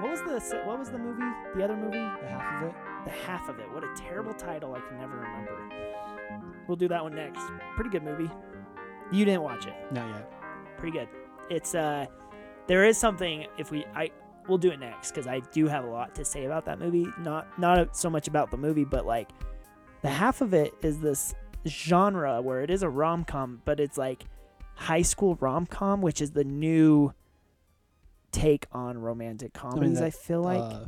What was the se- what was the movie? The other movie? The half of it. The half of it. What a terrible title I can never remember. We'll do that one next. Pretty good movie. You didn't watch it. Not yet. Pretty good. It's uh there is something if we I we'll do it next cuz I do have a lot to say about that movie. Not not so much about the movie but like the half of it is this genre where it is a rom-com but it's like high school rom-com which is the new take on romantic comedies I, that, feel like uh,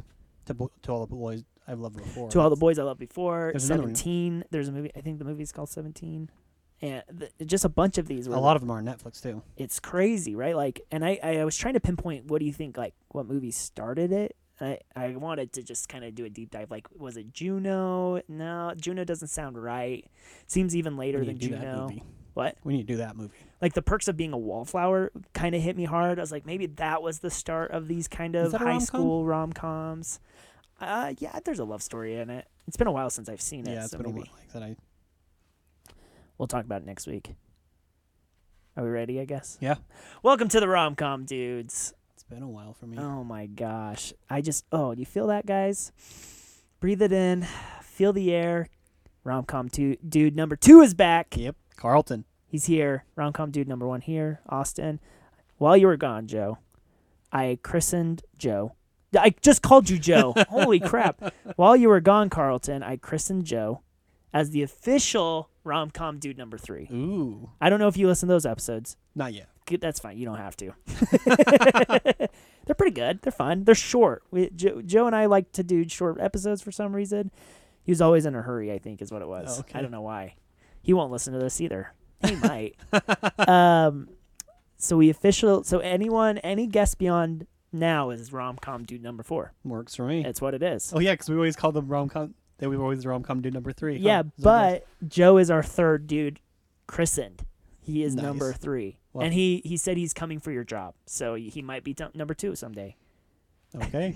to, Bo- to all the boys I've loved before. to all the boys I loved before. There's another one. Seventeen. There's a movie. I think the movie's called Seventeen, and th- just a bunch of these. a Were, lot of them are on Netflix too. it's crazy, right? Like, and I, I was trying to pinpoint. What do you think? Like, what movie started it? I, I wanted to just kind of do a deep dive. Like, was it Juno? No, Juno doesn't sound right. Seems even later We than need to do that Juno. movie. What? We need to do that movie. Like the perks of being a wallflower kind of hit me hard. I was like, maybe that was the start of these kind of that a high rom-com? school rom coms. Uh, yeah, there's a love story in it. It's been a while since I've seen it. yeah, it's so been maybe. a while. Like that, I We'll talk about it next week. Are we ready, I guess? Yeah. Welcome to the rom com dudes. it's been a while for me. Oh my gosh. I just oh, you feel that guys? Breathe it in. Feel the air. Rom com two dude number two is back. Yep, Carlton. He's here. Rom com dude number one here, Austin. While you were gone, Joe, I christened Joe. I just called you Joe. Holy crap. While you were gone, Carlton, I christened Joe as the official rom com dude number three. Ooh, I don't know if you listen to those episodes. not yet. Good- That's fine. You don't have to. They're pretty good. They're fun. They're short. We, Joe, Joe and I like to do short episodes for some reason. He was always in a hurry, I think, is what it was. Oh, okay. I don't know why. He won't listen to this either. He might. um, so we official. So anyone, any guest beyond now is rom com dude number four. Works for me. That's what it is. Oh yeah, because we always call them rom com. They were always rom com dude number three. huh? Yeah, Is what it is. but Joe is our third dude christened. He is Nice. number three, Well- and he he said he's coming for your job, so he might be t- number two someday. okay,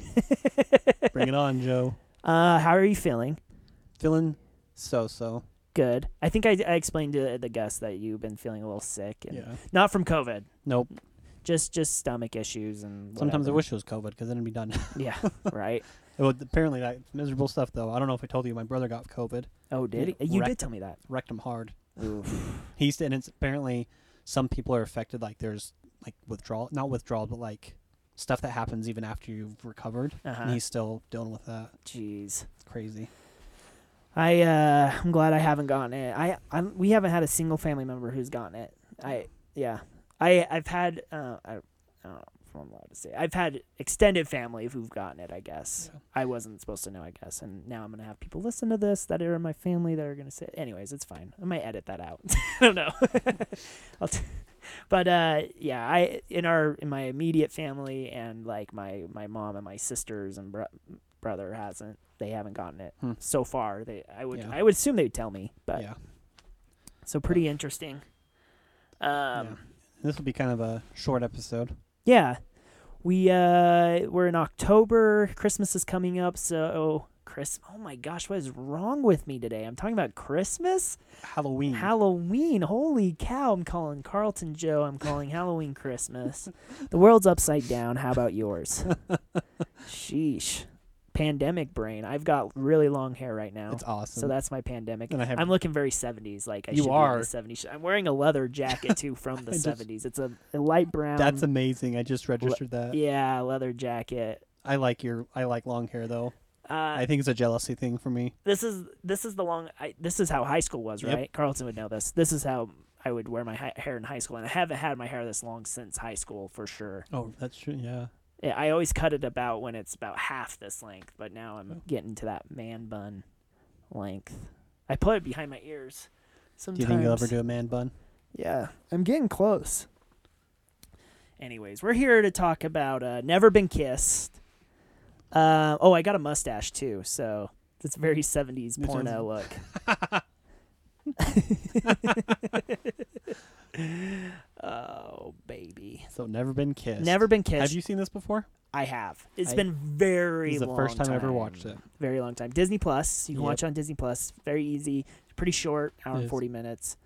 bring it on, Joe. Uh, how are you feeling? Feeling so so. Good. I think I, I explained to the guests that you've been feeling a little sick, and Yeah. not from COVID, Nope. just just stomach issues and Sometimes I whatever. wish it was COVID because then it'd be done. Yeah, right. well, apparently that miserable stuff though. I don't know if I told you, my brother got COVID. Oh, did It he? you wrecked did tell me that? Wrecked him hard. Oof. He's and it's apparently some people are affected. Like there's like withdrawal, not withdrawal, but like stuff that happens even after you've recovered. Uh-huh. And he's still dealing with that. Jeez. It's crazy. I uh, I'm glad I haven't gotten it. I I'm, we haven't had a single family member who's gotten it. I yeah. I I've had uh, I, I don't know if I'm allowed to say. I've had extended family who've gotten it. I guess Yeah. I wasn't supposed to know. I guess, and now I'm gonna have people listen to this that are in my family that are gonna say. Anyways, it's fine. I might edit that out. I don't know. I'll t- but uh, yeah, I in our in my immediate family and like my my mom and my sisters and bro- brother hasn't. They haven't gotten it Hmm. so far. They I would Yeah. I would assume they would tell me, but yeah. so pretty interesting. Um, yeah. This will be kind of a short episode. yeah. We uh we're in October. Christmas is coming up, so Chris oh my gosh, what is wrong with me today? I'm talking about Christmas? Halloween. Halloween. Holy cow, I'm calling Carlton Joe, I'm calling Halloween Christmas. The world's upside down. How about yours? Sheesh. Pandemic brain. I've got really long hair right now. It's awesome. so that's my pandemic. and I have I'm looking very 70s. Like I You should are. Be in the 70s. I'm wearing a leather jacket too from the I just- 70s. It's a, a light brown. that's amazing. I just registered that. yeah leather jacket. I like your I like long hair though. Uh, I think it's a jealousy thing for me. this is this is the long. I, this is how high school was, Yep. right? Carlton would know this. This is how I would wear my hi- hair in high school, and I haven't had my hair this long since high school for sure. Oh, that's true. Yeah. Yeah, I always cut it about when it's about half this length, but now I'm Oh. getting to that man bun length. I put it behind my ears. Do Sometimes. you think you'll ever do a man bun? Yeah, I'm getting close. Anyways, we're here to talk about uh, Never Been Kissed. Uh, oh, I got a mustache too, so it's a very 70s That sounds- porno look. oh, baby. So never been kissed. Never Been Kissed. Have you seen this before? I have. It's I- been very This is the long. first time I ever watched it. Very long time. Disney Plus. You can Yep. watch it on Disney Plus. Very easy. Pretty short. Hour It and is. forty minutes.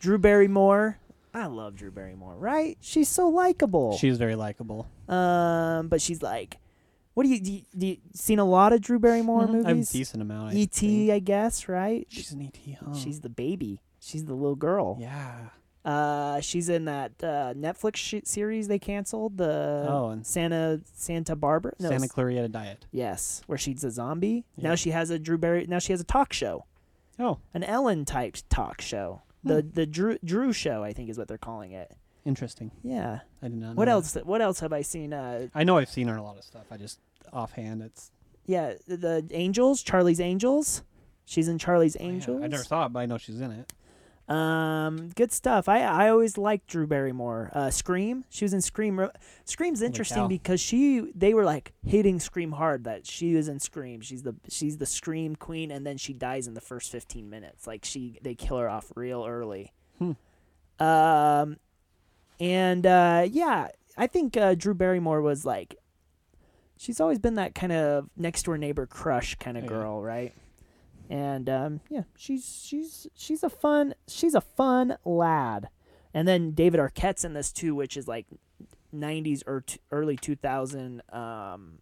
Drew Barrymore. I love Drew Barrymore. Right? She's so likable. She's very likable. um, but she's like What do you, do you, do you seen a lot of Drew Barrymore Mhm. A movies? decent amount. I think. E.T. I guess, right? She's an ET, huh? She's the baby. She's the little girl. yeah. Uh, she's in that uh, Netflix sh- series they canceled. The oh, and Santa Santa Barbara. No, Santa s- Clarita Diet. yes, where she's a zombie. Now Yeah. she has a Drew Barry. Now she has a talk show, Oh, Hmm. an Ellen type talk show. The the Drew Drew show, I think, is what they're calling it. interesting. Yeah. I did not. What know that. else? What else have I seen? Uh, I know I've seen her in a lot of stuff. I just offhand, it's yeah, the- the Angels, Charlie's Angels. She's in Charlie's Oh, yeah, Angels. I never saw it, but I know she's in it. Um, good stuff. I I always liked Drew Barrymore. Uh, Scream. She was in Scream. Ro- Scream's interesting cow. because she they were like hitting Scream hard that she was in Scream. She's the she's the Scream queen, and then she dies in the first fifteen minutes. Like she they kill her off real early. Hmm. Um, and uh, yeah, I think uh, Drew Barrymore was like. She's always been that kind of next door neighbor crush kind of Yeah. girl, right? and um, yeah, she's she's she's a fun she's a fun lad. And then David Arquette's in this too, which is like '90s or t- early 2000 um,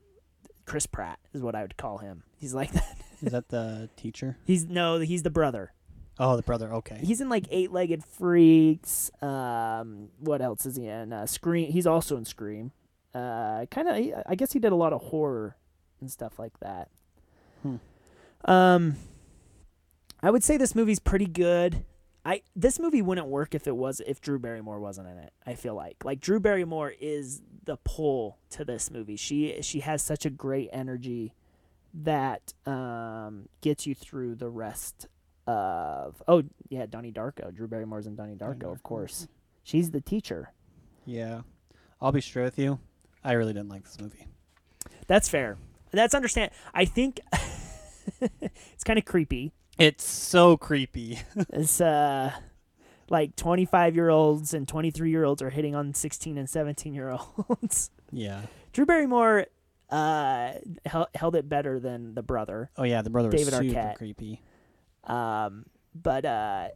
Chris Pratt is what I would call him. He's like that. Is that the teacher? He's no, he's the brother. Oh, the brother. Okay. He's in like Eight Legged Freaks. Um, what else is he in? Uh, Scream. He's also in Scream. Uh, kind of. I guess he did a lot of horror and stuff like that. Hmm. Um, I would say this movie's pretty good. I this movie wouldn't work if it was if Drew Barrymore wasn't in it. I feel like like Drew Barrymore is the pull to this movie. She she has such a great energy that um, gets you through the rest of oh yeah Donnie Darko. Drew Barrymore's in Donnie Donnie Darko, of Darko, course. She's the teacher. Yeah. I'll be straight with you. I really didn't like this movie. That's fair. That's understand. I think it's kind of creepy. It's so creepy. It's uh like 25 year olds and 23 year olds are hitting on 16 and 17 year olds. yeah. Drew Barrymore uh hel- held it better than the brother. Oh yeah, the brother was David super Arquette. creepy. Um, but uh,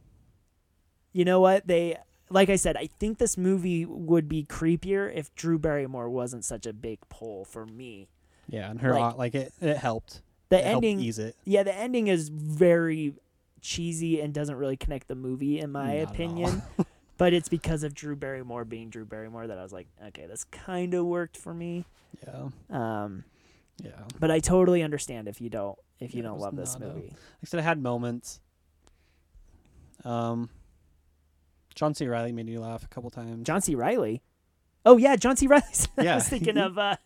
you know what? They like I said, I think this movie would be creepier if Drew Barrymore wasn't such a big pull for me. Yeah, and her Like- like, like it, it helped. The It ending, helped ease it. yeah, the ending is very cheesy and doesn't really connect the movie, in my Not at all. opinion. but it's because of Drew Barrymore being Drew Barrymore that I was like, okay, this kind of worked for me. Yeah. Um, Yeah. Like but I totally understand if you don't if you Yeah, it don't was love this not a- movie. I said, I had moments. Um, John C. Riley made me laugh a couple times. John C. Riley. Oh yeah, John C. Riley. I Yeah. was thinking of uh,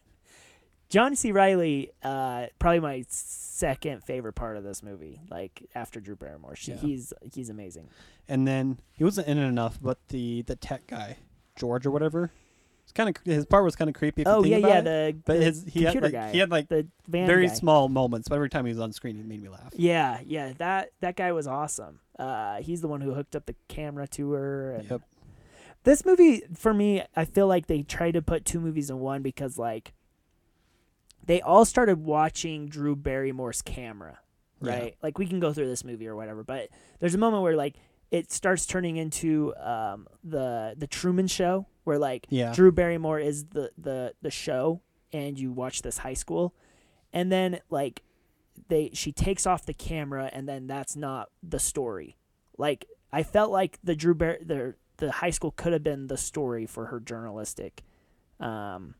John C. Riley. Uh, probably my second favorite part of this movie, like after Drew Barrymore. She, Yeah. He's he's amazing. and then he wasn't in it enough, but the the tech guy, George or whatever, it's kind of his part was kind of creepy. If oh you yeah, think yeah. about It. The, But the his he had computer like guy, he had like the van very guy. small moments, but every time he was on screen, it made me laugh. Yeah, yeah. That that guy was awesome. Uh, he's the one who hooked up the camera to her. And Yep. This movie for me, I feel like they tried to put two movies in one because like they all started watching Drew Barrymore's camera, Yeah. right? Like we can go through this movie or whatever, but there's a moment where like it starts turning into um, the the Truman Show, where like Yeah. Drew Barrymore is the the the show, and you watch this high school, and then like they she takes off the camera, and then that's not the story. Like I felt like the Drew Bar- the the high school could have been the story for her journalistic um,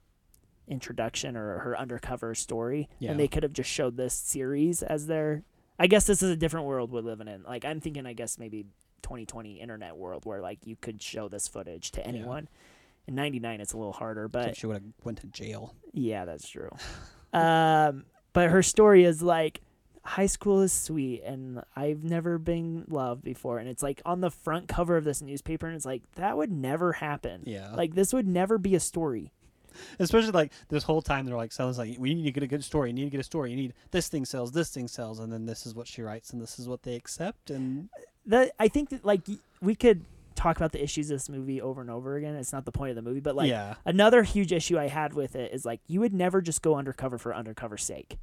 introduction or her undercover story, Yeah. and they could have just showed this series as their. I guess this is a different world we're living in. Like I'm thinking, I guess maybe 2020 internet world where like you could show this footage to anyone. In 99, it's a little harder, So but she would have went to jail. yeah, that's true. um, but her story is like high school is sweet and I've never been loved before. And it's like on the front cover of this newspaper, and it's like that would never happen. Yeah. Like this would never be a story. Especially like this whole time they're like someone's like, We need to get a good story, you need to get a story, you need this thing sells, this thing sells, and then this is what she writes and this is what they accept and The I think that like y- we could talk about the issues of this movie over and over again. It's not the point of the movie, but like Yeah. another huge issue I had with it is like you would never just go undercover for undercover's sake.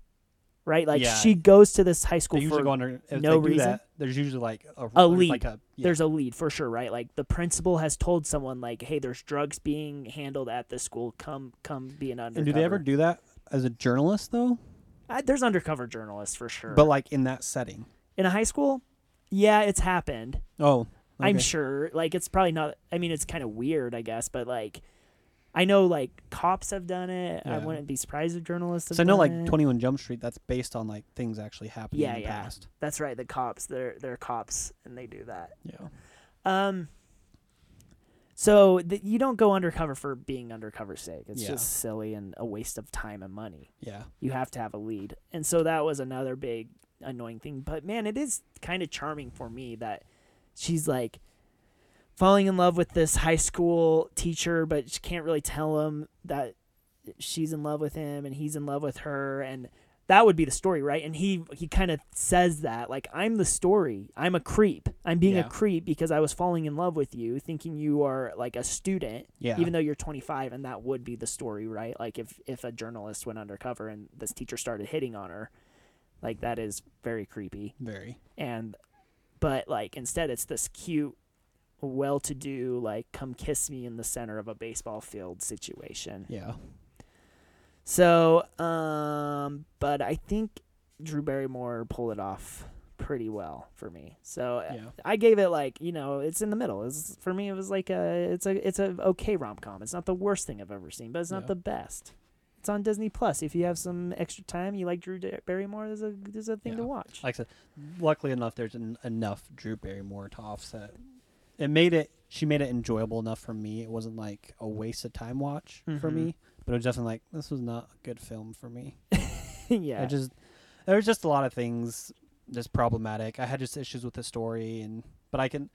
Right? Like Yeah. she goes to this high They school usually for go under if no they do reason? that, there's usually like a, there's lead. Like a, yeah. there's a lead for sure, right? Like the principal has told someone like, "Hey, there's drugs being handled at the school. Come, come, be an undercover." and do they ever do that as a journalist though, I, there's undercover journalists for sure. but like in that setting. in a high school, yeah, it's happened. Oh, I'm okay. sure. Like it's probably not. I mean, it's kind of weird, I guess, but like, I know like cops have done it. I Yeah. wouldn't be surprised if journalists. Have So I know done it. like 21 Jump Street. That's based on like things actually happening Yeah, in the yeah. past. That's right. The cops, they're they're cops, and they do that. Yeah. Um. So th- you don't go undercover for being undercover's sake. It's Yeah. just silly and a waste of time and money. Yeah. You have to have a lead, and so that was another big annoying thing. But man, it is kind of charming for me that she's like falling in love with this high school teacher, but she can't really tell him that she's in love with him and he's in love with her and that would be the story right and he he kind of says that like i'm the story i'm a creep i'm being Yeah. a creep because i was falling in love with you thinking you are like a student Yeah. even though you're 25 and that would be the story right like if if a journalist went undercover and this teacher started hitting on her like that is very creepy Very. and but like instead it's this cute well-to-do like come kiss me in the center of a baseball field situation Yeah. so, um, but I think Drew Barrymore pulled it off pretty well for me. So uh, Yeah. I gave it like you know it's in the middle. It's, for me, it was like a it's a it's a okay rom com. It's not the worst thing I've ever seen, but it's not Yeah. the best. It's on Disney Plus. If you have some extra time, you like Drew Dar- Barrymore, there's a there's a thing to Yeah. watch. Like I said, luckily enough, there's en- enough Drew Barrymore to offset. It made it. She made it enjoyable enough for me. It wasn't like a waste of time watch for Mhm. me, but it was definitely like this was not a good film for me. yeah, I just there was just a lot of things just problematic. I had just issues with the story, and but I can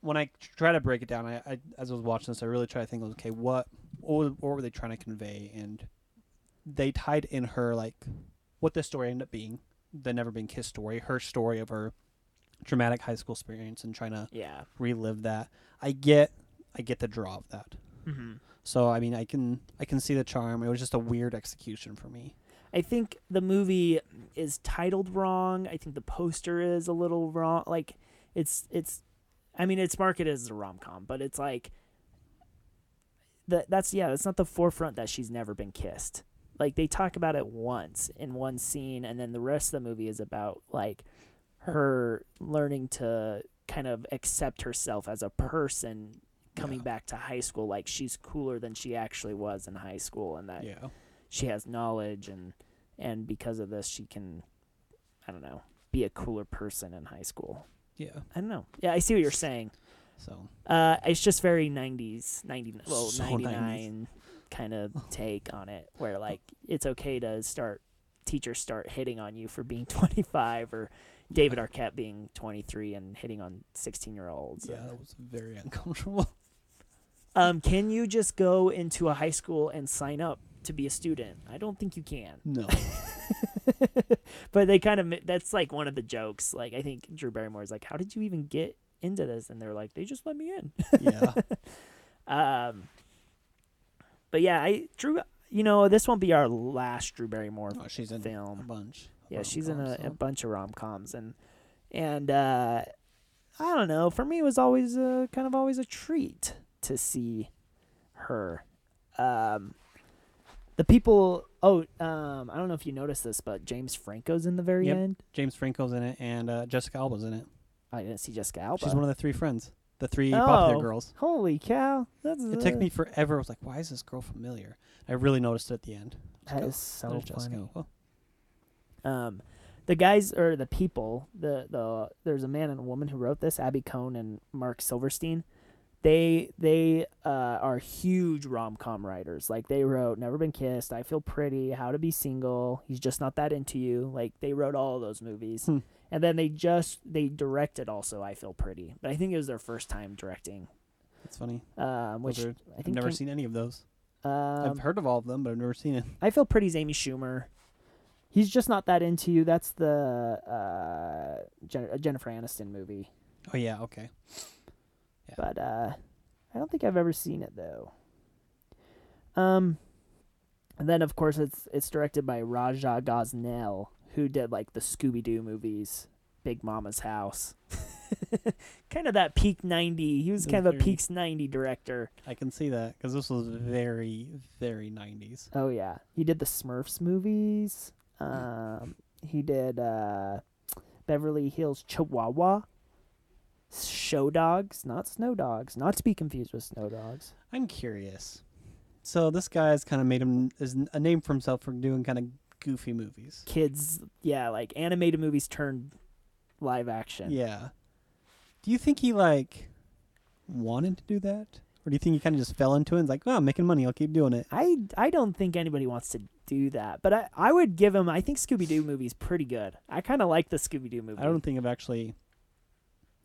when I try to break it down. I, I as I was watching this, I really try to think, okay, what what, were- what were they trying to convey? And they tied in her like what this story ended up being the never been kissed story, her story of her traumatic high school experience, and trying to yeah, relive that. I get I get the draw of that. mm-hmm. So I mean, I can I can see the charm. It was just a weird execution for me. I think the movie is titled wrong. I think the poster is a little wrong. Like it's it's I mean it's marketed as a rom com, but it's like that that's yeah, that's not the forefront that she's never been kissed. Like they talk about it once in one scene and then the rest of the movie is about like her learning to kind of accept herself as a person coming Yeah. back to high school like she's cooler than she actually was in high school and that Yeah. she has knowledge and and because of this she can i don't know be a cooler person in high school Yeah. i don't know yeah i see what you're saying So uh it's just very 90s 90 well So 99 kind of take on it where like it's okay to start teachers start hitting on you for being 25 or david arquette being 23 and hitting on 16 year olds Yeah, that was very uncomfortable. um can you just go into a high school and sign up to be a student i don't think you can No. but they kind of that's like one of the jokes. Like I think Drew Barrymore is like, "How did you even get into this?" And they're like, "They just let me in." yeah. Um, but yeah, I Drew. You know, this won't be our last Drew Barrymore No, she's in a film. bunch. of Yeah, she's in a, rom-coms, a so- bunch of rom coms and and uh, I don't know. For me, it was always uh, kind of always a treat to see her. Um, the people. Oh, um, I don't know if you noticed this, but James Franco's in the very Yep. end. James Franco's in it, and uh, Jessica Alba's in it. I didn't see Jessica Alba. She's one of the three friends, the three popular Oh. girls. Holy cow! That's It took me forever. I was like, why is this girl familiar? I really noticed it at the end. That Go, is so There's funny. Jessica. Oh, Um, the guys or the people, the the there's a man and a woman who wrote this, Abby Cohn and Mark Silverstein. They they uh, are huge rom com writers. Like they wrote Never Been Kissed, I Feel Pretty, How to Be Single, He's Just Not That Into You. Like they wrote all of those movies, Hmm. and then they just they directed also I Feel Pretty, but I think it was their first time directing. that's funny. Um, which Those are- I I've think never came- seen any of those. um, I've heard of all of them, but I've never seen it. I feel pretty's Amy Schumer. He's just not that into you. That's the uh, Jen- uh, Jennifer Aniston movie. Oh, yeah, okay. But uh, I don't think I've ever seen it though. Um, and then of course it's it's directed by Raja Gosnell, who did like the Scooby Doo movies, Big Mama's House. kind of that peak 90. He was In kind of a theory. peaks 90 director. I can see that because this was very, very 90s. Oh yeah, he did the Smurfs movies. Um, he did uh, Beverly Hills Chihuahua, Show Dogs, not Snow Dogs, not to be confused with Snow Dogs. I'm curious. So this guy's kind of made him is a name for himself for doing kind of goofy movies. Kids, yeah, like animated movies turned live action. Yeah. Do you think he like wanted to do that, or do you think he kind of just fell into it and was like, "Oh, I'm making money. I'll keep doing it." I I don't think anybody wants to do that, but I I would give him. I think Scooby Doo movie's pretty good. I kind of like the Scooby Doo movie. I don't think I've actually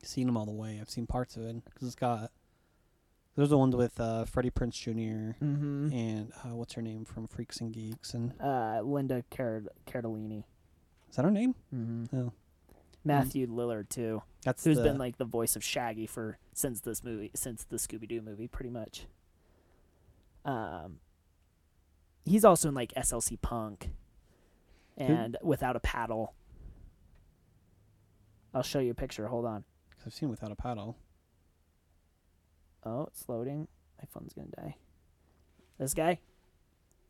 seen them all the way. I've seen parts of it because it's got those are the ones with uh, Freddie Prince junior Mm-hmm. and uh, what's her name from Freaks and Geeks, and Uh, Linda Car- Cardellini. is that her name? Mm-hmm. Oh. Matthew Lillard too. That's Who's the, been like the voice of Shaggy for since this movie, since the Scooby Doo movie, pretty much. Um, he's also in like SLC Punk, and Without a Paddle. I'll show you a picture. Hold on. 'cause I've seen Without a Paddle. Oh, it's loading. My phone's gonna die. This guy,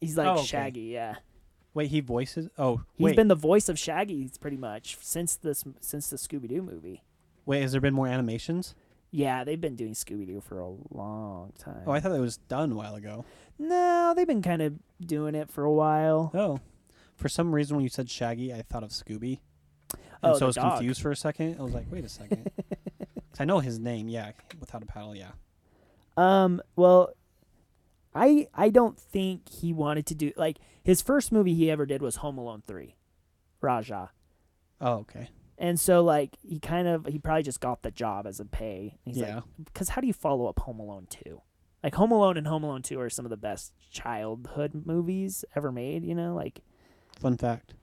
he's like Oh, okay. Shaggy. Yeah, Wait, he voices. Oh, he's wait, been the voice of Shaggy pretty much since this since the Scooby Doo movie. wait. Has there been more animations? Yeah, they've been doing Scooby Doo for a long time. Oh, I thought that was done a while ago. No, they've been kind of doing it for a while. Oh, for some reason when you said Shaggy, I thought of Scooby. Oh, And so the I was dog. confused for a second. I was like, wait a second. 'Cause I know his name, yeah. Without a paddle, yeah. Um, well, I I don't think he wanted to do like his first movie he ever did was Home Alone 3. Raja. Oh, okay. And so like he kind of he probably just got the job as a pay. He's yeah. like cuz how do you follow up Home Alone 2? Like Home Alone and Home Alone 2 are some of the best childhood movies ever made, you know? Like Fun fact.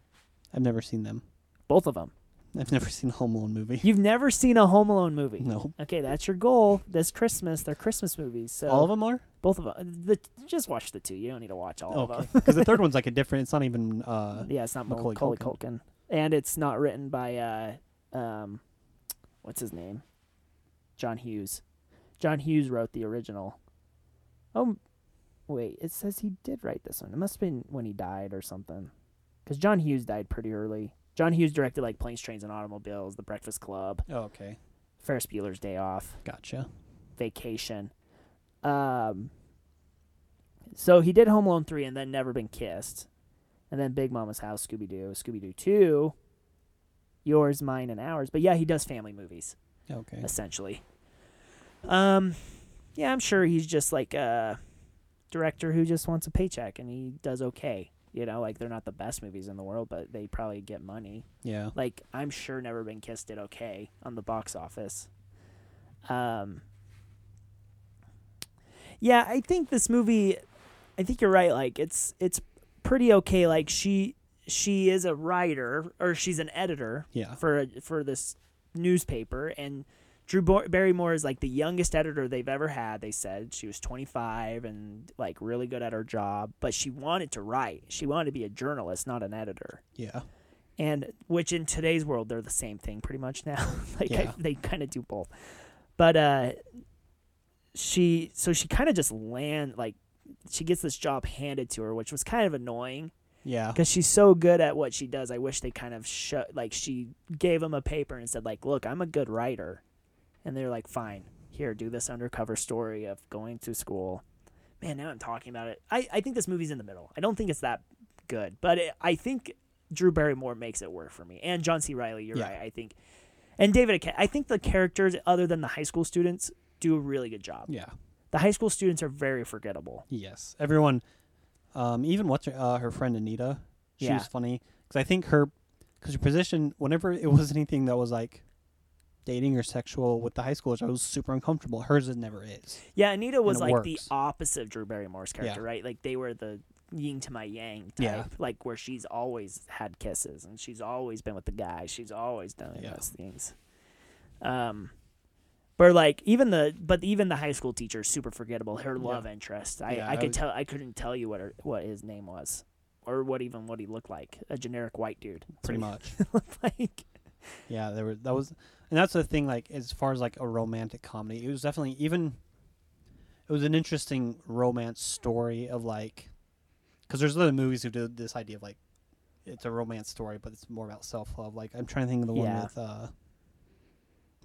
I've never seen them. both of them. I've never seen a Home Alone movie. You've never seen a Home Alone movie. no. Okay, that's your goal this Christmas. They're Christmas movies. So All of them are? Both of them. The, just watch the two. You don't need to watch all okay. of Because the third one's like a different, it's not even, uh, them. Yeah, it's not Macaulay Macaulay, Culkin. and it's not written by uh, um, what's his name? John Hughes. John Hughes wrote the original. Oh, wait. It says he did write this one. It must have been when he died or something, because John Hughes died pretty early. John Hughes directed like Planes, Trains, and Automobiles, The Breakfast Club, oh, okay. Ferris Bueller's Day Off. Gotcha. vacation. Um, so he did Home Alone 3 and then Never Been Kissed. And then Big Mama's House, Scooby Doo, Scooby Doo 2, yours, mine, and ours. But yeah, he does family movies, Okay. essentially. Um, yeah, I'm sure he's just like a director who just wants a paycheck and he does okay. You know, like they're not the best movies in the world, but they probably get money Yeah. like I'm sure Never Been Kissed did okay on the box office. Um Yeah, I think this movie I think you're right like it's it's pretty okay like she she is a writer or she's an editor Yeah. for a, for this newspaper and Drew Bo- Barrymore is like the youngest editor they've ever had. They said she was 25 and like really good at her job, but she wanted to write. She wanted to be a journalist, not an editor Yeah. and which in today's world they're the same thing pretty much now like I- Yeah. they kind of do both but uh she so she kind of just land like she gets this job handed to her which was kind of annoying Yeah. because she's so good at what she does i wish they kind of show like she gave him a paper and said like look i'm a good writer and they're like fine here do this undercover story of going to school man now i'm talking about it i, I think this movie's in the middle i don't think it's that good but it, i think drew barrymore makes it work for me and john c riley you're Yeah. right i think and david Arquette, i think the characters other than the high school students do a really good job Yeah. the high school students are very forgettable Yes, everyone. Um, even what's her, uh, her friend Anita, she Yeah. was funny because I think her, because her position, whenever it was anything that was like dating or sexual with the high schoolers, I was super uncomfortable. Hers it never is. Yeah, Anita was it like the works. opposite of Drew Barrymore's character, Yeah. right? Like they were the yin to my yang type, Yeah. like where she's always had kisses and she's always been with the guy. She's always done Yeah. those things. Um, but like even the but even the high school teacher is super forgettable. Her Yeah. love interest, I, Yeah, I I could was- tell I couldn't tell you what her, what his name was or what even what he looked like. A generic white dude, Pretty That's much. what he looked like. yeah, there were that was. and that's the thing. Like as far as like a romantic comedy, it was definitely even. It was an interesting romance story of like, because there's other movies who do this idea of like, it's a romance story, but it's more about self love. Like I'm trying to think of the Yeah. one with uh,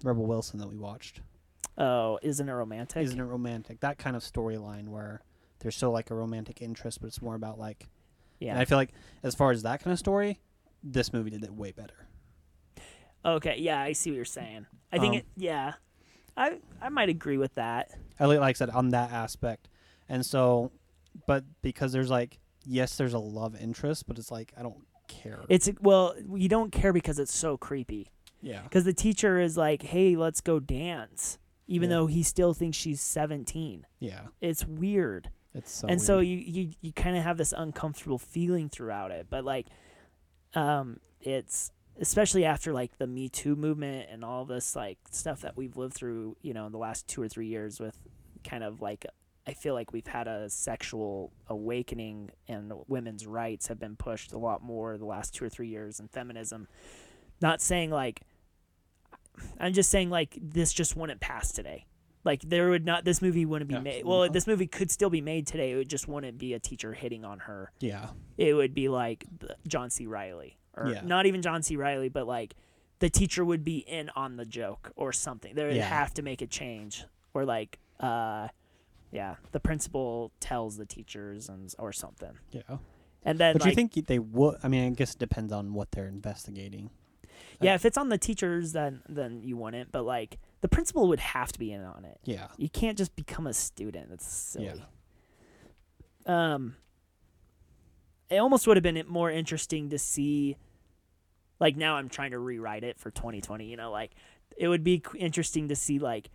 Rebel Wilson that we watched. Oh, isn't it romantic? Isn't it romantic? That kind of storyline where there's still like a romantic interest, but it's more about like. And yeah. I feel like as far as that kind of story, this movie did it way better. Okay. Yeah, I see what you're saying. I think Um, it. Yeah, I I might agree with that. I like, like I said on that aspect, and so, but because there's like yes, there's a love interest, but it's like I don't care. It's well, you don't care because it's so creepy. yeah, Because the teacher is like, "Hey, let's go dance," even Yeah. though he still thinks she's 17. yeah, It's weird. it's so. and so weird. you you, you kind of have this uncomfortable feeling throughout it but like um it's especially after like the me too movement and all this like stuff that we've lived through you know in the last two or three years with kind of like i feel like we've had a sexual awakening and women's rights have been pushed a lot more the last two or three years and feminism not saying like i'm just saying like this just wouldn't pass today like there would not this movie wouldn't be made well Absolutely. this movie could still be made today it would just wouldn't be a teacher hitting on her yeah, it would be like the John C. Riley, or Yeah. not even John C. Riley, but like the teacher would be in on the joke or something. They would Yeah. have to make a change, or like, uh, yeah, the principal tells the teachers and or something. yeah. And then, But like, you think they would? I mean, I guess it depends on what they're investigating. yeah, if it's on the teachers, then then you wouldn't. But like, the principal would have to be in on it. Yeah, You can't just become a student. That's silly. Um, it almost would have been more interesting to see. Like now, I'm trying to rewrite it for 2020. You know, like it would be qu- interesting to see like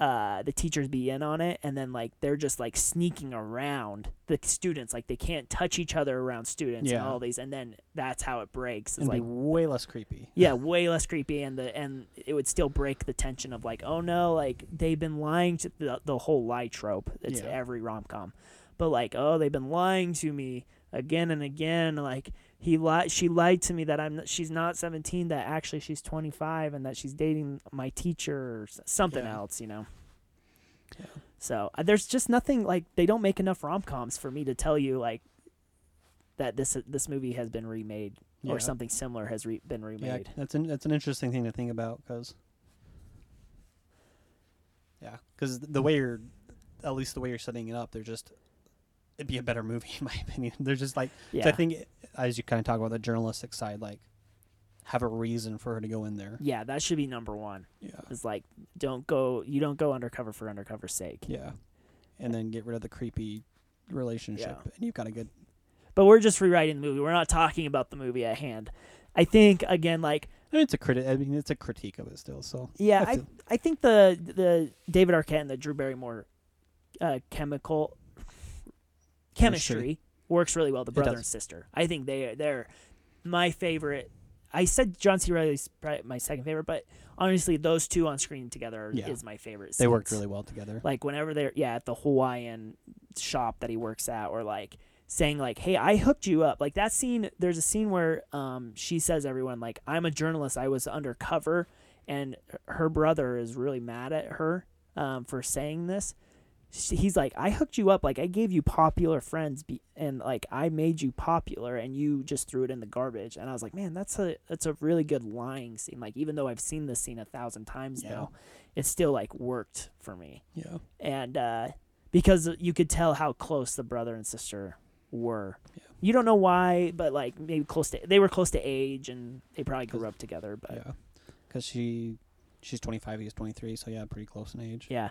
uh, the teachers be in on it, and then like they're just like sneaking around the students. Like they can't touch each other around students and Yeah. all these, and then that's how it breaks. It's it'd like be way less creepy. yeah way less creepy and the and it would still break the tension of like oh no like they've been lying to the, the whole lie trope it's Yeah. every rom-com but like oh they've been lying to me again and again like he lied she lied to me that i'm she's not 17 that actually she's 25 and that she's dating my teacher or s- something Yeah. else you know Yeah. so uh, there's just nothing like they don't make enough rom-coms for me to tell you like that this this movie has been remade Yeah. or something similar has re- been remade Yeah, that's an that's an interesting thing to think about because yeah, because the way you're at least the way you're setting it up, they're just it'd be a better movie in my opinion. They're just like 'cause Yeah. I think as you kind of talk about the journalistic side, like have a reason for her to go in there. yeah, that should be number one. Yeah, It's like don't go you don't go undercover for undercover's sake. yeah, and then get rid of the creepy relationship, and you've got a good But we're just rewriting the movie. We're not talking about the movie at hand. I think again like I mean, it's a critic. I mean, it's a critique of it still. So yeah, I I feel- I think the the David Arquette and the Drew Barrymore uh, chemical chemistry, Chemistry. works really well. The It brother does. and sister. I think they they're my favorite. I said John C. Riley's probably my second favorite, but honestly, those two on screen together Yeah. is my favorite. they worked scenes. really well together. like whenever they're yeah at the hawaiian shop that he works at or like saying like hey i hooked you up like that scene there's a scene where um she says everyone like i'm a journalist i was undercover and her brother is really mad at her um for saying this She- he's like i hooked you up like i gave you popular friends be- and like i made you popular and you just threw it in the garbage and i was like man that's a that's a really good lying scene like even though i've seen this scene a thousand times Yeah. now it still like worked for me yeah, and uh, because you could tell how close the brother and sister were. Yeah. You don't know why, but like maybe close to they were close to age, and they probably grew up together. But yeah, because she she's 25, he's 23, so yeah, pretty close in age. yeah,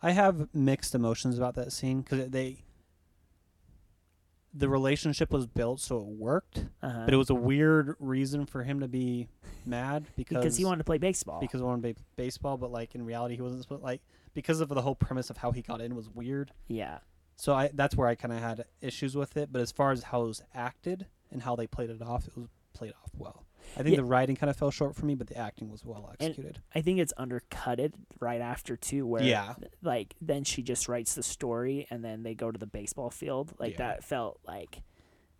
I have mixed emotions about that scene because they the relationship was built so it worked, uh-huh. but it was a weird reason for him to be mad because because he wanted to play baseball. because he wanted to be baseball, but like in reality he wasn't supposed like because of the whole premise of how he got in was weird. yeah, So I that's where I kind of had issues with it. But as far as how it was acted and how they played it off, it was played off well. I think Yeah. the writing kind of fell short for me, but the acting was well executed. I think it's undercutted right after too, where yeah, like then she just writes the story, and then they go to the baseball field. Like Yeah. that felt like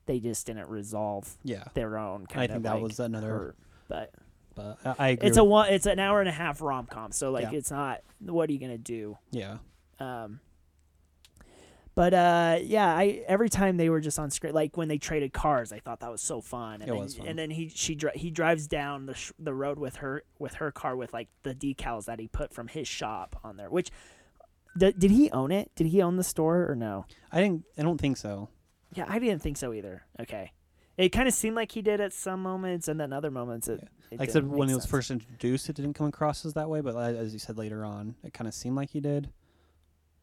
they just didn't resolve yeah. their own. Kind I of, think that like, was another hurt. But but I, I agree. it's a with- one it's an hour and a half rom com so like Yeah. it's not what are you gonna do yeah. um but uh yeah i every time they were just on screen like when they traded cars i thought that was so fun and, It then, was fun. and then he she dri- he drives down the sh- the road with her with her car with like the decals that he put from his shop on there which d- did he own it did he own the store or no I didn't. I don't think so. yeah i didn't think so either okay it kind of seemed like he did at some moments and then other moments it, it Like I said, didn't when make it was sense. first introduced, it didn't come across as that way. But a- as you said later on, it kind of seemed like he did.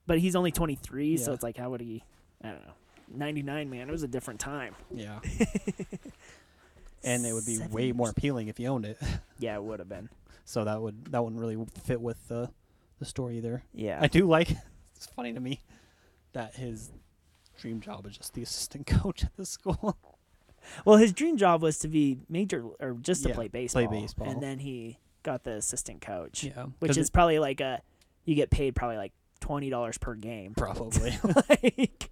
but he's only 23 so Yeah. it's like how would he i don't know 99 man it was a different time Yeah. and it would be way more appealing if he owned it. yeah it would have been So that would that wouldn't really fit with the the story either. yeah I do like. It's funny to me that his dream job is just the assistant coach at the school. well his dream job was to be major or just to Yeah, play play baseball baseball. and then he got the assistant coach yeah. which is probably like a you get paid probably like $20 per game probably. like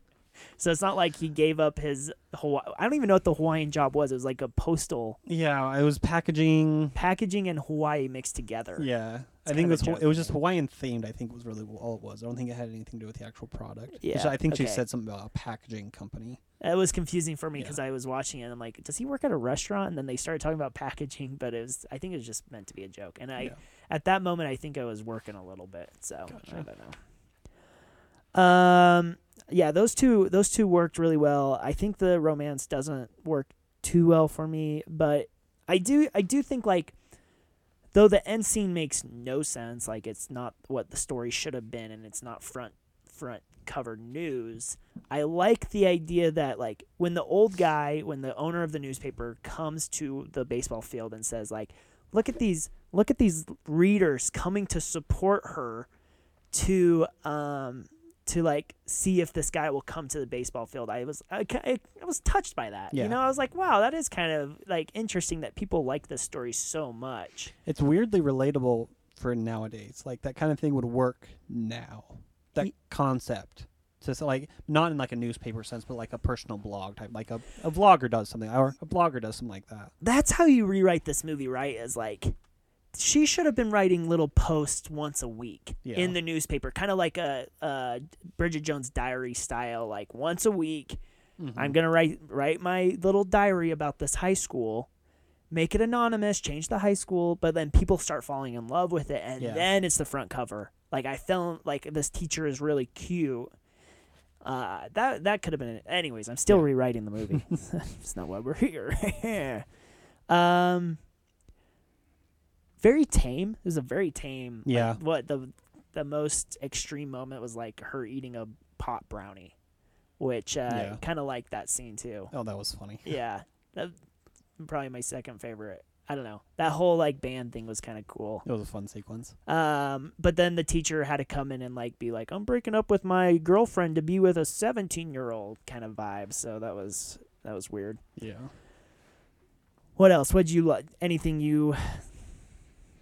so it's not like he gave up his Hawaii. I don't even know what the Hawaiian job was. It was like a postal yeah. It was packaging. packaging and Hawaii mixed together. Yeah, I kind of think it was, a Haw- joke it was to just Hawaiian themed. I think was really all it was. I don't think it had anything to do with the actual product. Which Yeah, I think she okay. said something about a packaging company. It was confusing for me Yeah. because I was watching it. and I'm like, does he work at a restaurant? And then they started talking about packaging, but it was I think it was just meant to be a joke. And I Yeah. at that moment I think I was working a little bit, so I Gotcha. don't know. Um, yeah, those two those two worked really well. I think the romance doesn't work too well for me, but I do I do think like though the end scene makes no sense, like it's not what the story should have been, and it's not front front cover news. I like the idea that like when the old guy, when the owner of the newspaper comes to the baseball field and says like, "Look at these, look at these readers coming to support her to um to like see if this guy will come to the baseball field." I was I, ki- I, I was touched by that. Yeah. You know, I was like, "Wow, that is kind of like interesting that people like this story so much." It's weirdly relatable for nowadays. Like that kind of thing would work now. That Ye- concept. So, so, like not in like a newspaper sense, but like a personal blog type, like a, a vlogger does something, or a blogger does something like that. that's how you rewrite this movie, right? Is like she should have been writing little posts once a week Yeah. in the newspaper, kind of like a, a Bridget Jones diary style. Like once a week, Mm-hmm. I'm gonna write write my little diary about this high school, make it anonymous, change the high school, but then people start falling in love with it, and Yeah. then it's the front cover. Like I felt like this teacher is really cute. Uh, that that could have been. It. Anyways, I'm still Yeah. rewriting the movie. it's not why we're here. um, very tame. It was a very tame. like, Yeah. what the the most extreme moment was like her eating a pot brownie, which uh, Yeah. kind of like that scene too. Oh, that was funny. Yeah, that probably my second favorite. I don't know. That whole like band thing was kind of cool. It was a fun sequence. Um, but then the teacher had to come in and like be like, "I'm breaking up with my girlfriend to be with a 17 year old" kind of vibe. So that was that was weird. Yeah. What else? What'd you like? Anything you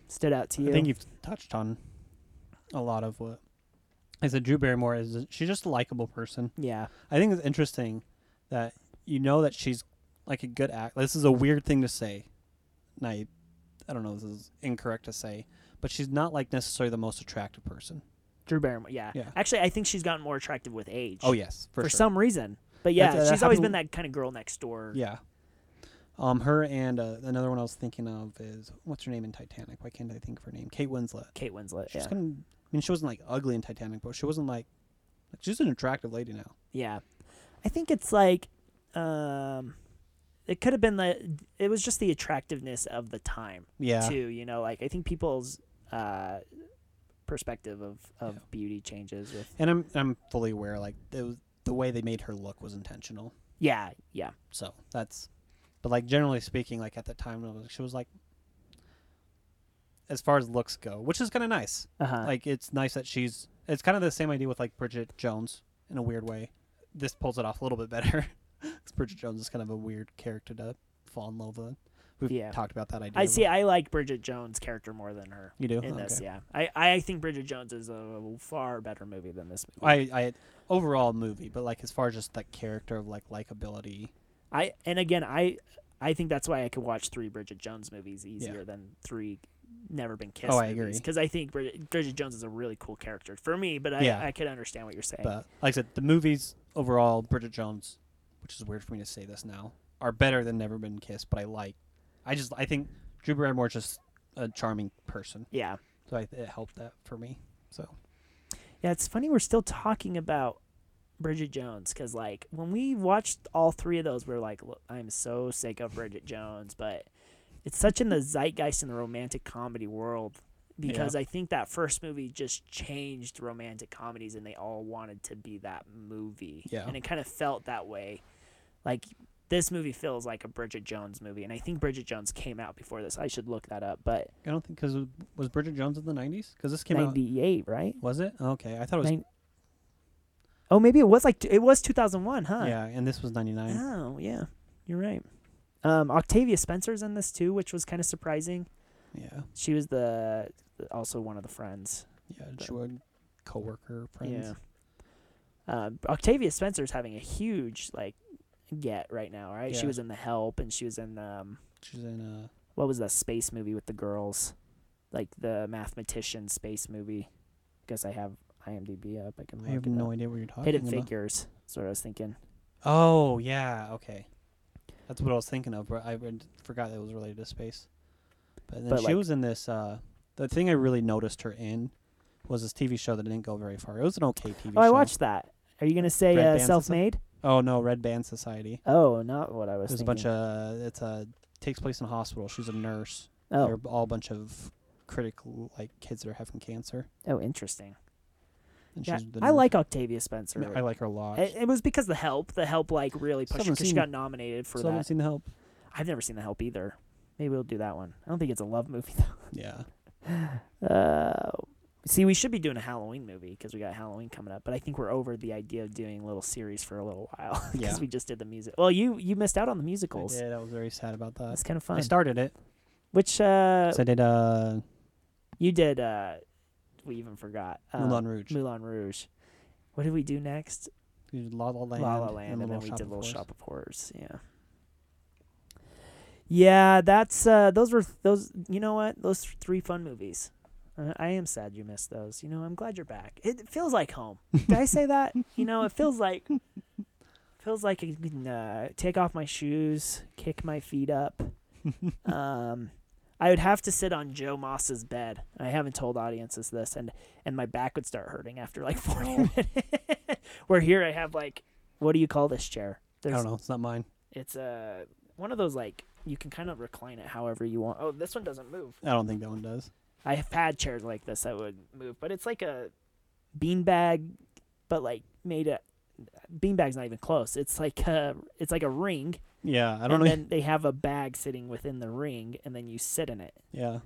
stood out to you? I think you've touched on a lot of what I said. Drew Barrymore is she's just a likable person. yeah, I think it's interesting that you know that she's like a good act. This is a weird thing to say. And I, I don't know. This is incorrect to say, but she's not like necessarily the most attractive person. Drew Barrymore. Yeah. Yeah. Actually, I think she's gotten more attractive with age. Oh yes, for, for, sure. some reason. But yeah, That's- that she's always been happened- that kind of girl next door. Yeah. Um, her and uh, another one I was thinking of is what's her name in Titanic? Why can't I think of her name? Kate Winslet. Kate Winslet. She's Yeah. kind of. I mean, she wasn't like ugly in Titanic, but she wasn't like. like she's an attractive lady now. yeah. I think it's like um it could have been the it was just the attractiveness of the time Yeah. too, you know, like I think people's uh perspective of of Yeah. beauty changes with And I'm I'm fully aware like it was, the way they made her look was intentional. Yeah, yeah. So that's, but like generally speaking, like at the time it was- she was like, as far as looks go, which is kind of nice. Uh-huh. Like it's nice that she's. It's kind of the same idea with like Bridget Jones in a weird way. This pulls it off a little bit better. 'Cause Bridget Jones is kind of a weird character to fall in love with. We've Yeah. talked about that idea. I of- see I like Bridget Jones' character more than her You do. in this, Okay. yeah. I I think Bridget Jones is a far better movie than this movie. I I overall movie, but like as far as just that character of like likability. I and again I I think that's why I could watch three Bridget Jones movies easier than three Never Been Kissed. Oh, I agree. Because I think Bridget, Bridget Jones is a really cool character for me, but I, Yeah. I could understand what you're saying. But like I said, the movies overall, Bridget Jones, which is weird for me to say this now, are better than Never Been Kissed. But I like, I just I think Drew Barrymore's just a charming person, yeah, so I, it helped that for me. So yeah. It's funny we're still talking about Bridget Jones because like when we watched all three of those, we are like, Look, I'm so sick of Bridget Jones, but it's such in the zeitgeist in the romantic comedy world because I think that first movie just changed romantic comedies and they all wanted to be that movie. Yeah. And it kind of felt that way. Like this movie feels like a Bridget Jones movie and I think Bridget Jones came out before this. I should look that up, but I don't think because was Bridget Jones in the nineties? Because this came out 98, right? was it? Okay, I thought it was Nin- oh, maybe it was like it was 2001, huh? yeah, and this was ninety nine. Oh, yeah. You're right. Um, Octavia Spencer's in this too, which was kind of surprising. Yeah, She was the also one of the friends. yeah, she was coworker friends. Yeah. Uh, Octavia Spencer's having a huge like get right now, right? She Yeah. was in The Help, and she was in um, She's in uh what was that space movie with the girls, like the mathematician space movie. Guess I have IMDb up. I can. I have look it no up. idea what you're talking Hidden about. Figures. That's what I was thinking. Oh yeah, okay. That's what I was thinking of, but I would- forgot that it was related to space. But then But, she like- was in this. Uh, the thing I really noticed her in was this TV show that didn't go very far. It was an okay TV show. Oh, I watched that. Are you gonna say Red uh, Band self-made? Oh no, Red Band Society. Oh, not what I was. There's thinking. a bunch of. It's a takes place in a hospital. She's a nurse. Oh, They're all a bunch of critical like kids that are having cancer. oh, interesting. And Yeah, she's the I nurse. like Octavia Spencer. I like her a lot. it, it was because the help, the help, like really Still pushed her haven't because she seen- got nominated for Still haven't that. seen the help. I've never seen The Help either. Maybe we'll do that one. I don't think it's a love movie though. Yeah. Uh, see, we should be doing a Halloween movie because we got Halloween coming up. But I think we're over the idea of doing a little series for a little while because Yeah. we just did the music. Well, you you missed out on the I musicals. did. I was very sad about that. That's kind of I fun. started it. Which uh, So I did uh, you did. Uh, we even forgot uh, Moulin Rouge. Moulin Rouge. What did we do next? We did La La Land, La La Land, and, then we Shop did of Little Horrors. Shop of Horrors. Yeah. Yeah, that's uh, those were those. You know what? Those th- three fun movies. Uh, I am sad you missed those. You know, I'm glad you're back. It feels like home. Did I say that? You know, it feels like feels like I can uh, take off my shoes, kick my feet up. um, I would have to sit on Joe Moss's bed. I haven't told audiences this, and and my back would start hurting after like 40 Oh. minutes. Where here I have like, what do you call this chair? I There's, don't know. It's not mine. It's uh, one of those like you can kind of recline it however you want. Oh, this one doesn't move. I don't think that one does. I have had chairs like this that would move, but it's like a beanbag, but like made a beanbag's not even close. It's like a it's like a ring, Yeah, I and don't know. then they have a bag sitting within the ring, and then you sit in it. Yeah,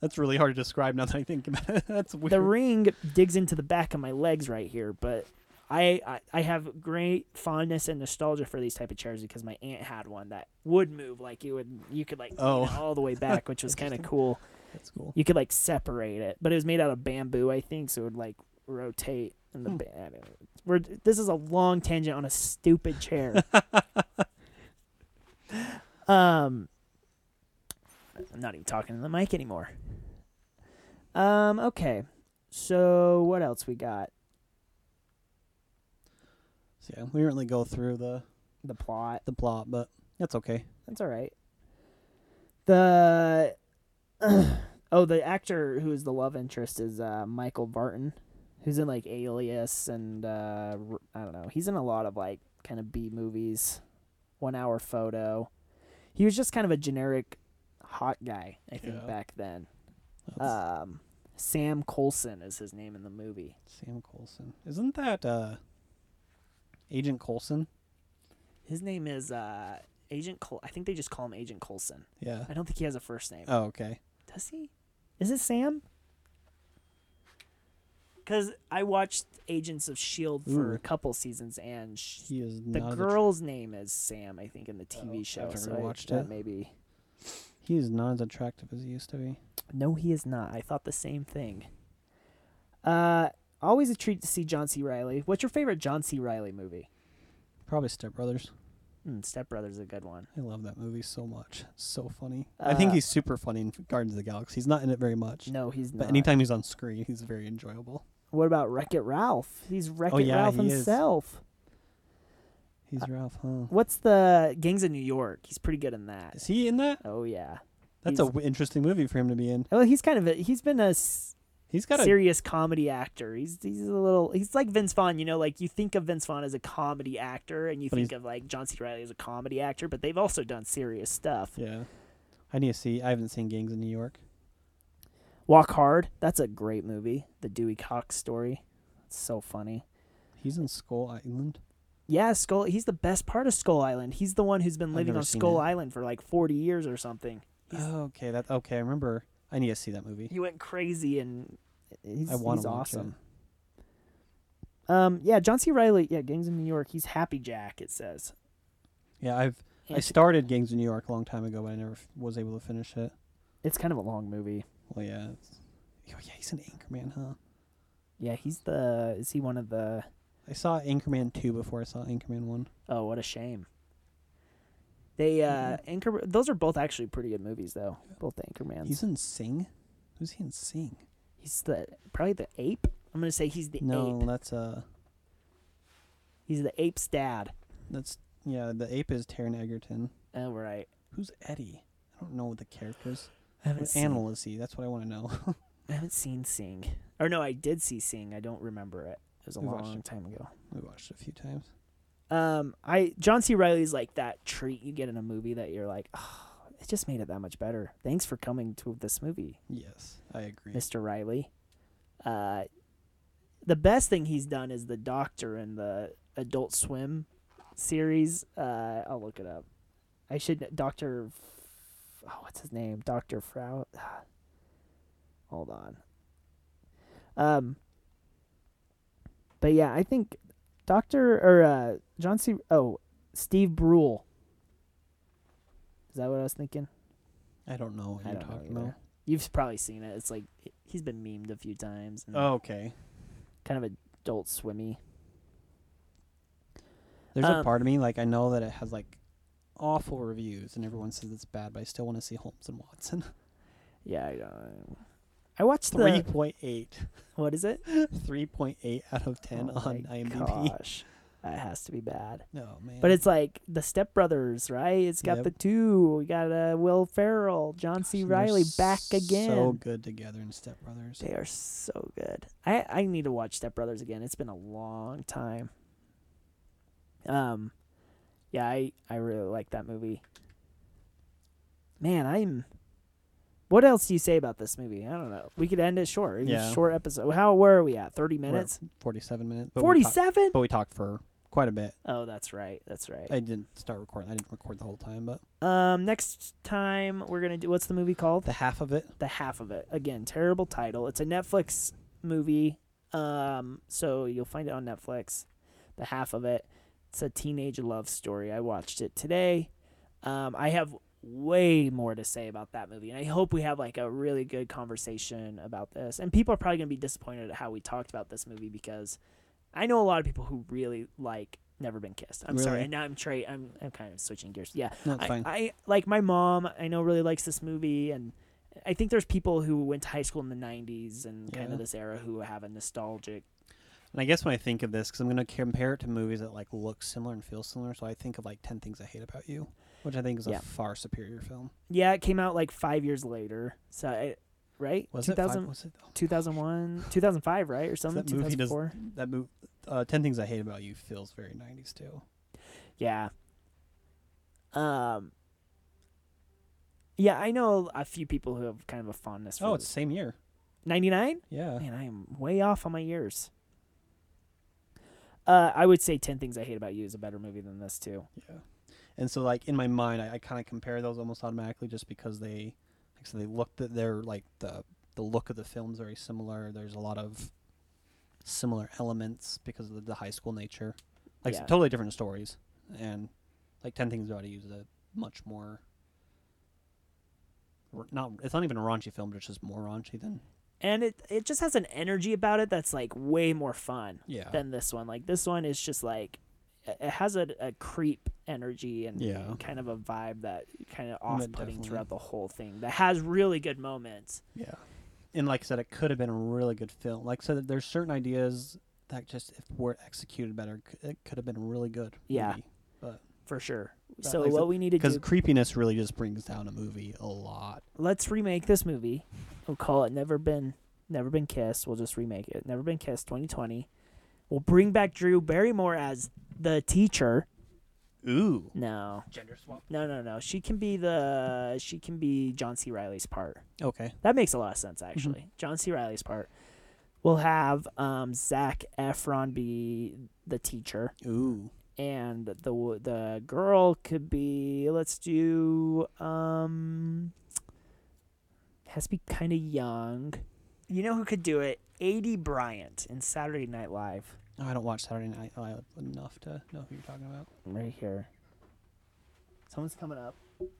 that's really hard to describe now that I think about it. That's weird. The ring digs into the back of my legs right here, but I, I I have great fondness and nostalgia for these type of chairs because my aunt had one that would move like you would you could like lean Oh. it all the way back, which was kind of Interesting. cool. that's cool. You could like separate it, but it was made out of bamboo, I think, so it would like rotate. in the Hmm. ba- I don't- we're this is a long tangent on a stupid chair. um, I'm not even talking to the mic anymore. Um, okay, so what else we got? So yeah, we didn't really go through the The plot. the plot, but that's okay. That's all right. The oh, the actor who is the love interest is uh, Michael Barton, who's in like Alias and uh, r- I don't know. He's in a lot of like kind of B movies, One Hour Photo. He was just kind of a generic hot guy, I think, Yeah. back then. That's Um, Sam Colson is his name in the movie. Sam Colson, isn't that uh, Agent Colson? His name is uh, Agent Col. I think they just call him Agent Colson. Yeah. I don't think he has a first name. Oh, okay. Does he? Is it Sam? Because I watched Agents of Shield E for Ooh. a couple seasons, and sh- He is the not. as att- girl's name is Sam, I think, in the TV Oh, I've show. never so I, watched that it. maybe. he is not as attractive as he used to be. No, he is not. I thought the same thing. Uh, always a treat to see John C. Riley. What's your favorite John C. Riley movie? Probably Step Brothers. Mm, Step Brothers is a good one. I love that movie so much. It's so funny. I think Uh, he's super funny in Guardians of the Galaxy. He's not in it very much, No, he's but not. anytime he's on screen, he's very enjoyable. What about Wreck It Ralph? He's Wreck It Oh, yeah, Ralph he is. himself. He's Uh, Ralph, huh? What's the Gangs of New York? He's pretty good in that. Is he in that? Oh yeah. That's a He's- w- interesting movie for him to be in. Well, he's kind of a, he's been a s- He's got a serious comedy actor. He's he's a little he's like Vince Vaughn. You know, like you think of Vince Vaughn as a comedy actor, and you But think of like John C. Riley as a comedy actor, but they've also done serious stuff. yeah. I need to see. I haven't seen Gangs in New York. Walk Hard. That's a great movie. The Dewey Cox story. It's so funny. He's in Skull Island. Yeah, Skull. He's the best part of Skull Island. He's the one who's been I've living never on seen Skull it. Island for like 40 years or something. He's- Oh, okay, that okay. I remember. I need to see that movie. He went crazy and he's, I want he's to watch awesome. Um, yeah, John C. Riley. Yeah, Gangs of New York. He's Happy Jack. It says. it. Yeah, I've I It's- started Gangs in New York a long time ago, but I never f- was able to finish it. It's kind of a long movie. Well, yeah, it's- oh, yeah, he's an Anchorman, huh? Yeah, he's the. Is he one of the? I saw Anchorman two before I saw Anchorman one. Oh, what a shame. They uh, Mm-hmm. anchor. Those are both actually pretty good movies, though. Both the Anchormans. He's in Sing. Who's he in Sing? He's the probably the ape. I'm gonna say he's the No, ape. that's uh, He's the ape's dad. that's yeah. The ape is Taron Egerton. Oh right. Who's Eddie? I don't know the characters. I haven't What seen. animal is he? That's what I want to know. I haven't seen Sing. Or no, I did see Sing. I don't remember it. It was a We watched long it. time ago. we watched it a few times. Um, I John C. Riley's like that treat you get in a movie that you're like, oh, it just made it that much better. Thanks for coming to this movie, Yes, I agree. Mister Riley. Uh, the best thing he's done is the Doctor in the Adult Swim series. Uh, I'll look it up. I should Doctor. Oh, what's his name? Doctor Frau. Hold on. Um. But yeah, I think Doctor or uh, John C. Oh, Steve Brule. Is that what I was thinking? I don't know what I you're don't know talking either. about. You've probably seen it. It's like he's been memed a few times. and Oh, okay. Kind of adult swimmy. There's Um, a part of me like I know that it has like awful reviews and everyone says it's bad, but I still want to see Holmes and Watson. Yeah, I don't. I watched Three the point eight. what is it? Three point eight out of ten Oh on my IMDb. Gosh, that has to be bad. No Oh, man. But it's like the Step Brothers, right? It's got Yep. the two. We got uh, Will Ferrell, John C. And they're Riley back again. So good together in Step Brothers. They are so good. I I need to watch Step Brothers again. It's been a long time. Um, yeah, I I really like that movie. Man, I'm. What else do you say about this movie? I don't know. We could end it short. It's a Yeah. Short episode. How where are we at? Thirty We're at minutes. Forty-seven minutes. but we talked- Forty-seven. But we talked for quite a bit. Oh, that's right. That's right. I didn't start recording. I didn't record the whole time, but Um, next time we're gonna do what's the movie called? the half of it. The half of it. Again, terrible title. It's a Netflix movie. Um, so you'll find it on Netflix. The half of it. It's a teenage love story. I watched it today. Um, I have way more to say about that movie, and I hope we have like a really good conversation about this. And people are probably gonna be disappointed at how we talked about this movie because I know a lot of people who really like Never Been Kissed. I'm sorry, Really? and now I'm Trey. I'm I'm kind of switching gears. Yeah, No, it's I, fine. I like my mom. I know really likes this movie, and I think there's people who went to high school in the '90s and kind Yeah. of this era who have a nostalgic. And I guess when I think of this, because I'm going to compare it to movies that like look similar and feel similar, so I think of like Ten Things I Hate About You, which I think is Yeah. a far superior film. Yeah, it came out like five years later, so I, right? Was it? 2000, Five, was it? oh, 2001, 2005, right, or something? that movie does- 2004. that movie, uh, Ten Things I Hate About You, feels very '90s too. Yeah. Um. Yeah, I know a few people who have kind of a fondness for Oh, it's Uh. the same year. 99. Yeah. Man, I am way off on my years. Uh, I would say Ten Things I Hate About You is a better movie than this too. Yeah. And so, like in my mind, I, I kind of compare those almost automatically, just because they, like, so they look that they're like the the look of the film's very similar. There's a lot of similar elements because of the high school nature. Like, it's Yeah. totally different stories, and like Ten Things About You is a much more. r- Not it's not even a raunchy film, but it's just more raunchy than And it it just has an energy about it that's like way more fun yeah than this one. Like this one is just like it it has a, a creep energy and Yeah. kind of a vibe that kind of off putting definitely. throughout the whole thing that has really good moments. Yeah. And like I said, it could have been a really good film. Like I said, there's certain ideas that just if were executed better, c- it could have been a really good. Yeah. movie. for sure. That So makes what it- we need to Because do, creepiness really just brings down a movie a lot. let's remake this movie. We'll call it Never Been Never Been Kissed. We'll just remake it. Never Been Kissed 2020. We'll bring back Drew Barrymore as the teacher. Ooh. No. Gender swap. No, no, no. She can be the she can be John C. Riley's part. Okay. That makes a lot of sense actually. John C. Riley's part. We'll have um Zach Efron be the teacher. Ooh. and the w- the girl could be let's do um has to be kind of young. You know who could do it? A.D. Bryant in Saturday Night Live. I don't watch Saturday Night Live enough to know who you're talking about. Right here. Someone's coming up.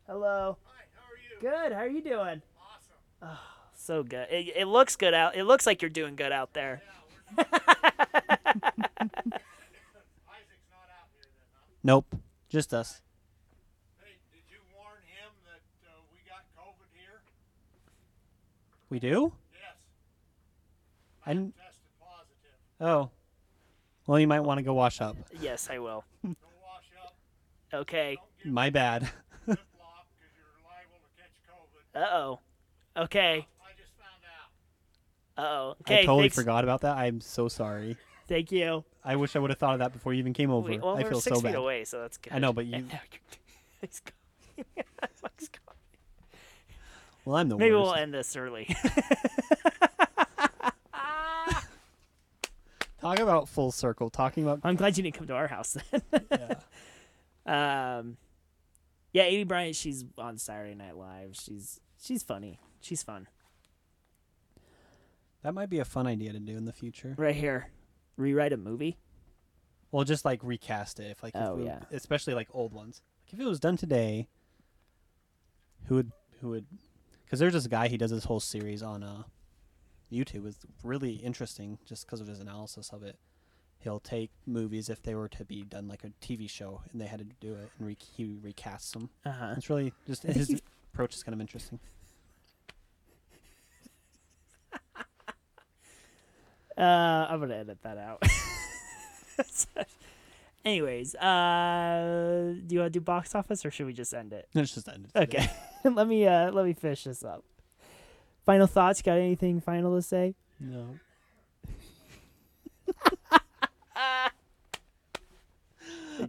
Hello. Hi, how are you? Good. How are you doing? Awesome. Oh, so good. It, it looks good out. It looks like you're doing good out there. Isaac's not out here then, huh? Nope. Just us. Hey, did you warn him that uh, we got COVID here? We do? Yes, I didn't. tested positive. Oh. Well, you might want to go wash up. Yes, I will. Go wash up, Okay. My bad. flip flop, because you're liable to catch COVID. Uh oh. Okay. I just found out. Uh oh. Okay. I totally thanks. forgot about that. I'm so sorry. Thank you. I wish I would have thought of that before you even came over. We, well, I we're feel six so feet bad. away, so that's good. I know, but you- He's gone. Mike's gone. Well, I'm the Maybe worst. we'll end this early. Talk about full circle. Talking about I'm glad you didn't come to our house then. yeah. Um, yeah, Amy Bryant. She's on Saturday Night Live. She's she's funny. She's fun. that might be a fun idea to do in the future. Right here, rewrite a movie. Well, just like recast it, if like Oh, if we, yeah. especially like old ones. Like if it was done today, who would who would? Because there's this guy he does this whole series on uh, YouTube. It's really interesting just because of his analysis of it. He'll take movies if they were to be done like a TV show and they had to do it and re- he recasts them. Uh huh. It's really just think his you've- approach is kind of interesting. Uh, I'm gonna edit that out. Anyways, uh, do you want to do box office or should we just end it? Let's just end it. today. Okay. let me uh let me fish this up. Final thoughts? Got anything final to say? No.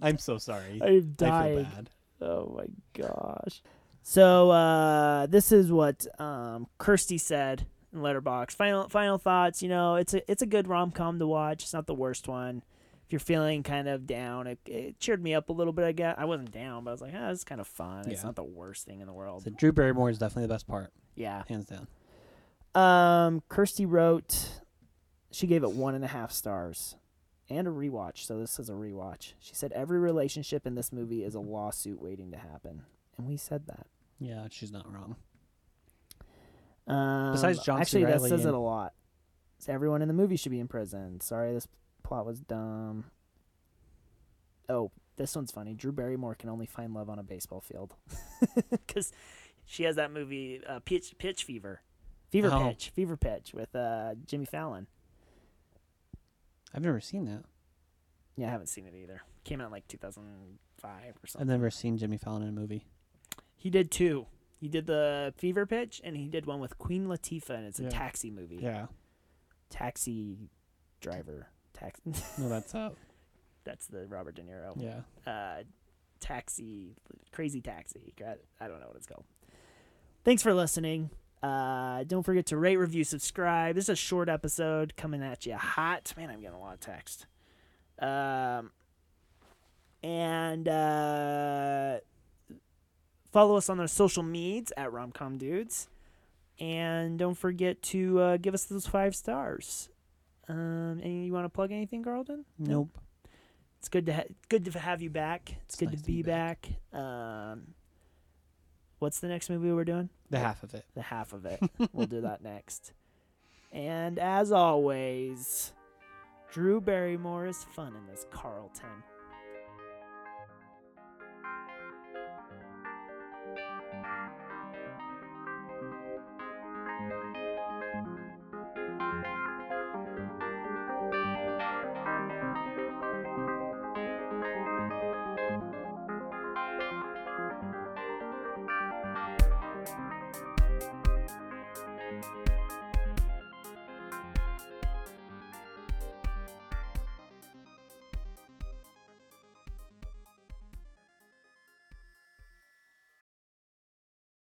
I'm so sorry. I'm I feel dying. bad. Oh my gosh. So uh this is what um Kirsty said in Letterbox. Final final thoughts, you know, it's a it's a good rom com to watch. It's not the worst one. If you're feeling kind of down, it, it cheered me up a little bit. I guess I wasn't down, but I was like, ah, this is kind of fun. It's Yeah. not the worst thing in the world. So Drew Barrymore is definitely the best part, yeah. hands down. Um, Kirsty wrote, she gave it one and a half stars and a rewatch. So this is a rewatch. She said, every relationship in this movie is a lawsuit waiting to happen. And we said that. Yeah, she's not wrong. Um, Besides John C. Actually, that Reilly says it and- a lot. So everyone in the movie should be in prison. Sorry, this plot was dumb. Oh, this one's funny. Drew Barrymore can only find love on a baseball field because she has that movie uh, Pitch Pitch Fever, Fever Oh. Pitch, Fever Pitch with uh, Jimmy Fallon. I've never seen that. Yeah, I haven't seen it either. Came out in like 2005 or I've something. never seen Jimmy Fallon in a movie. He did two. He did the Fever Pitch, and he did one with Queen Latifah, and it's a Yeah. taxi movie. Yeah. Taxi driver. Tax. No, that's up. That's the Robert De Niro. Yeah. Uh, taxi, crazy taxi. Gra- I don't know what it's called. Thanks for listening. Uh, don't forget to rate, review, subscribe. This is a short episode coming at you hot. Man, I'm getting a lot of text. Um, and uh, follow us on our social meds at Romcom Dudes. And don't forget to uh, give us those five stars. Um, and you want to plug anything, Carlton? No? Nope. it's good to ha- good to have you back. It's, good nice to be back. Um, what's the next movie we're doing? The half of it. The half of it. we'll do that next. And as always, Drew Barrymore is fun in this Carlton.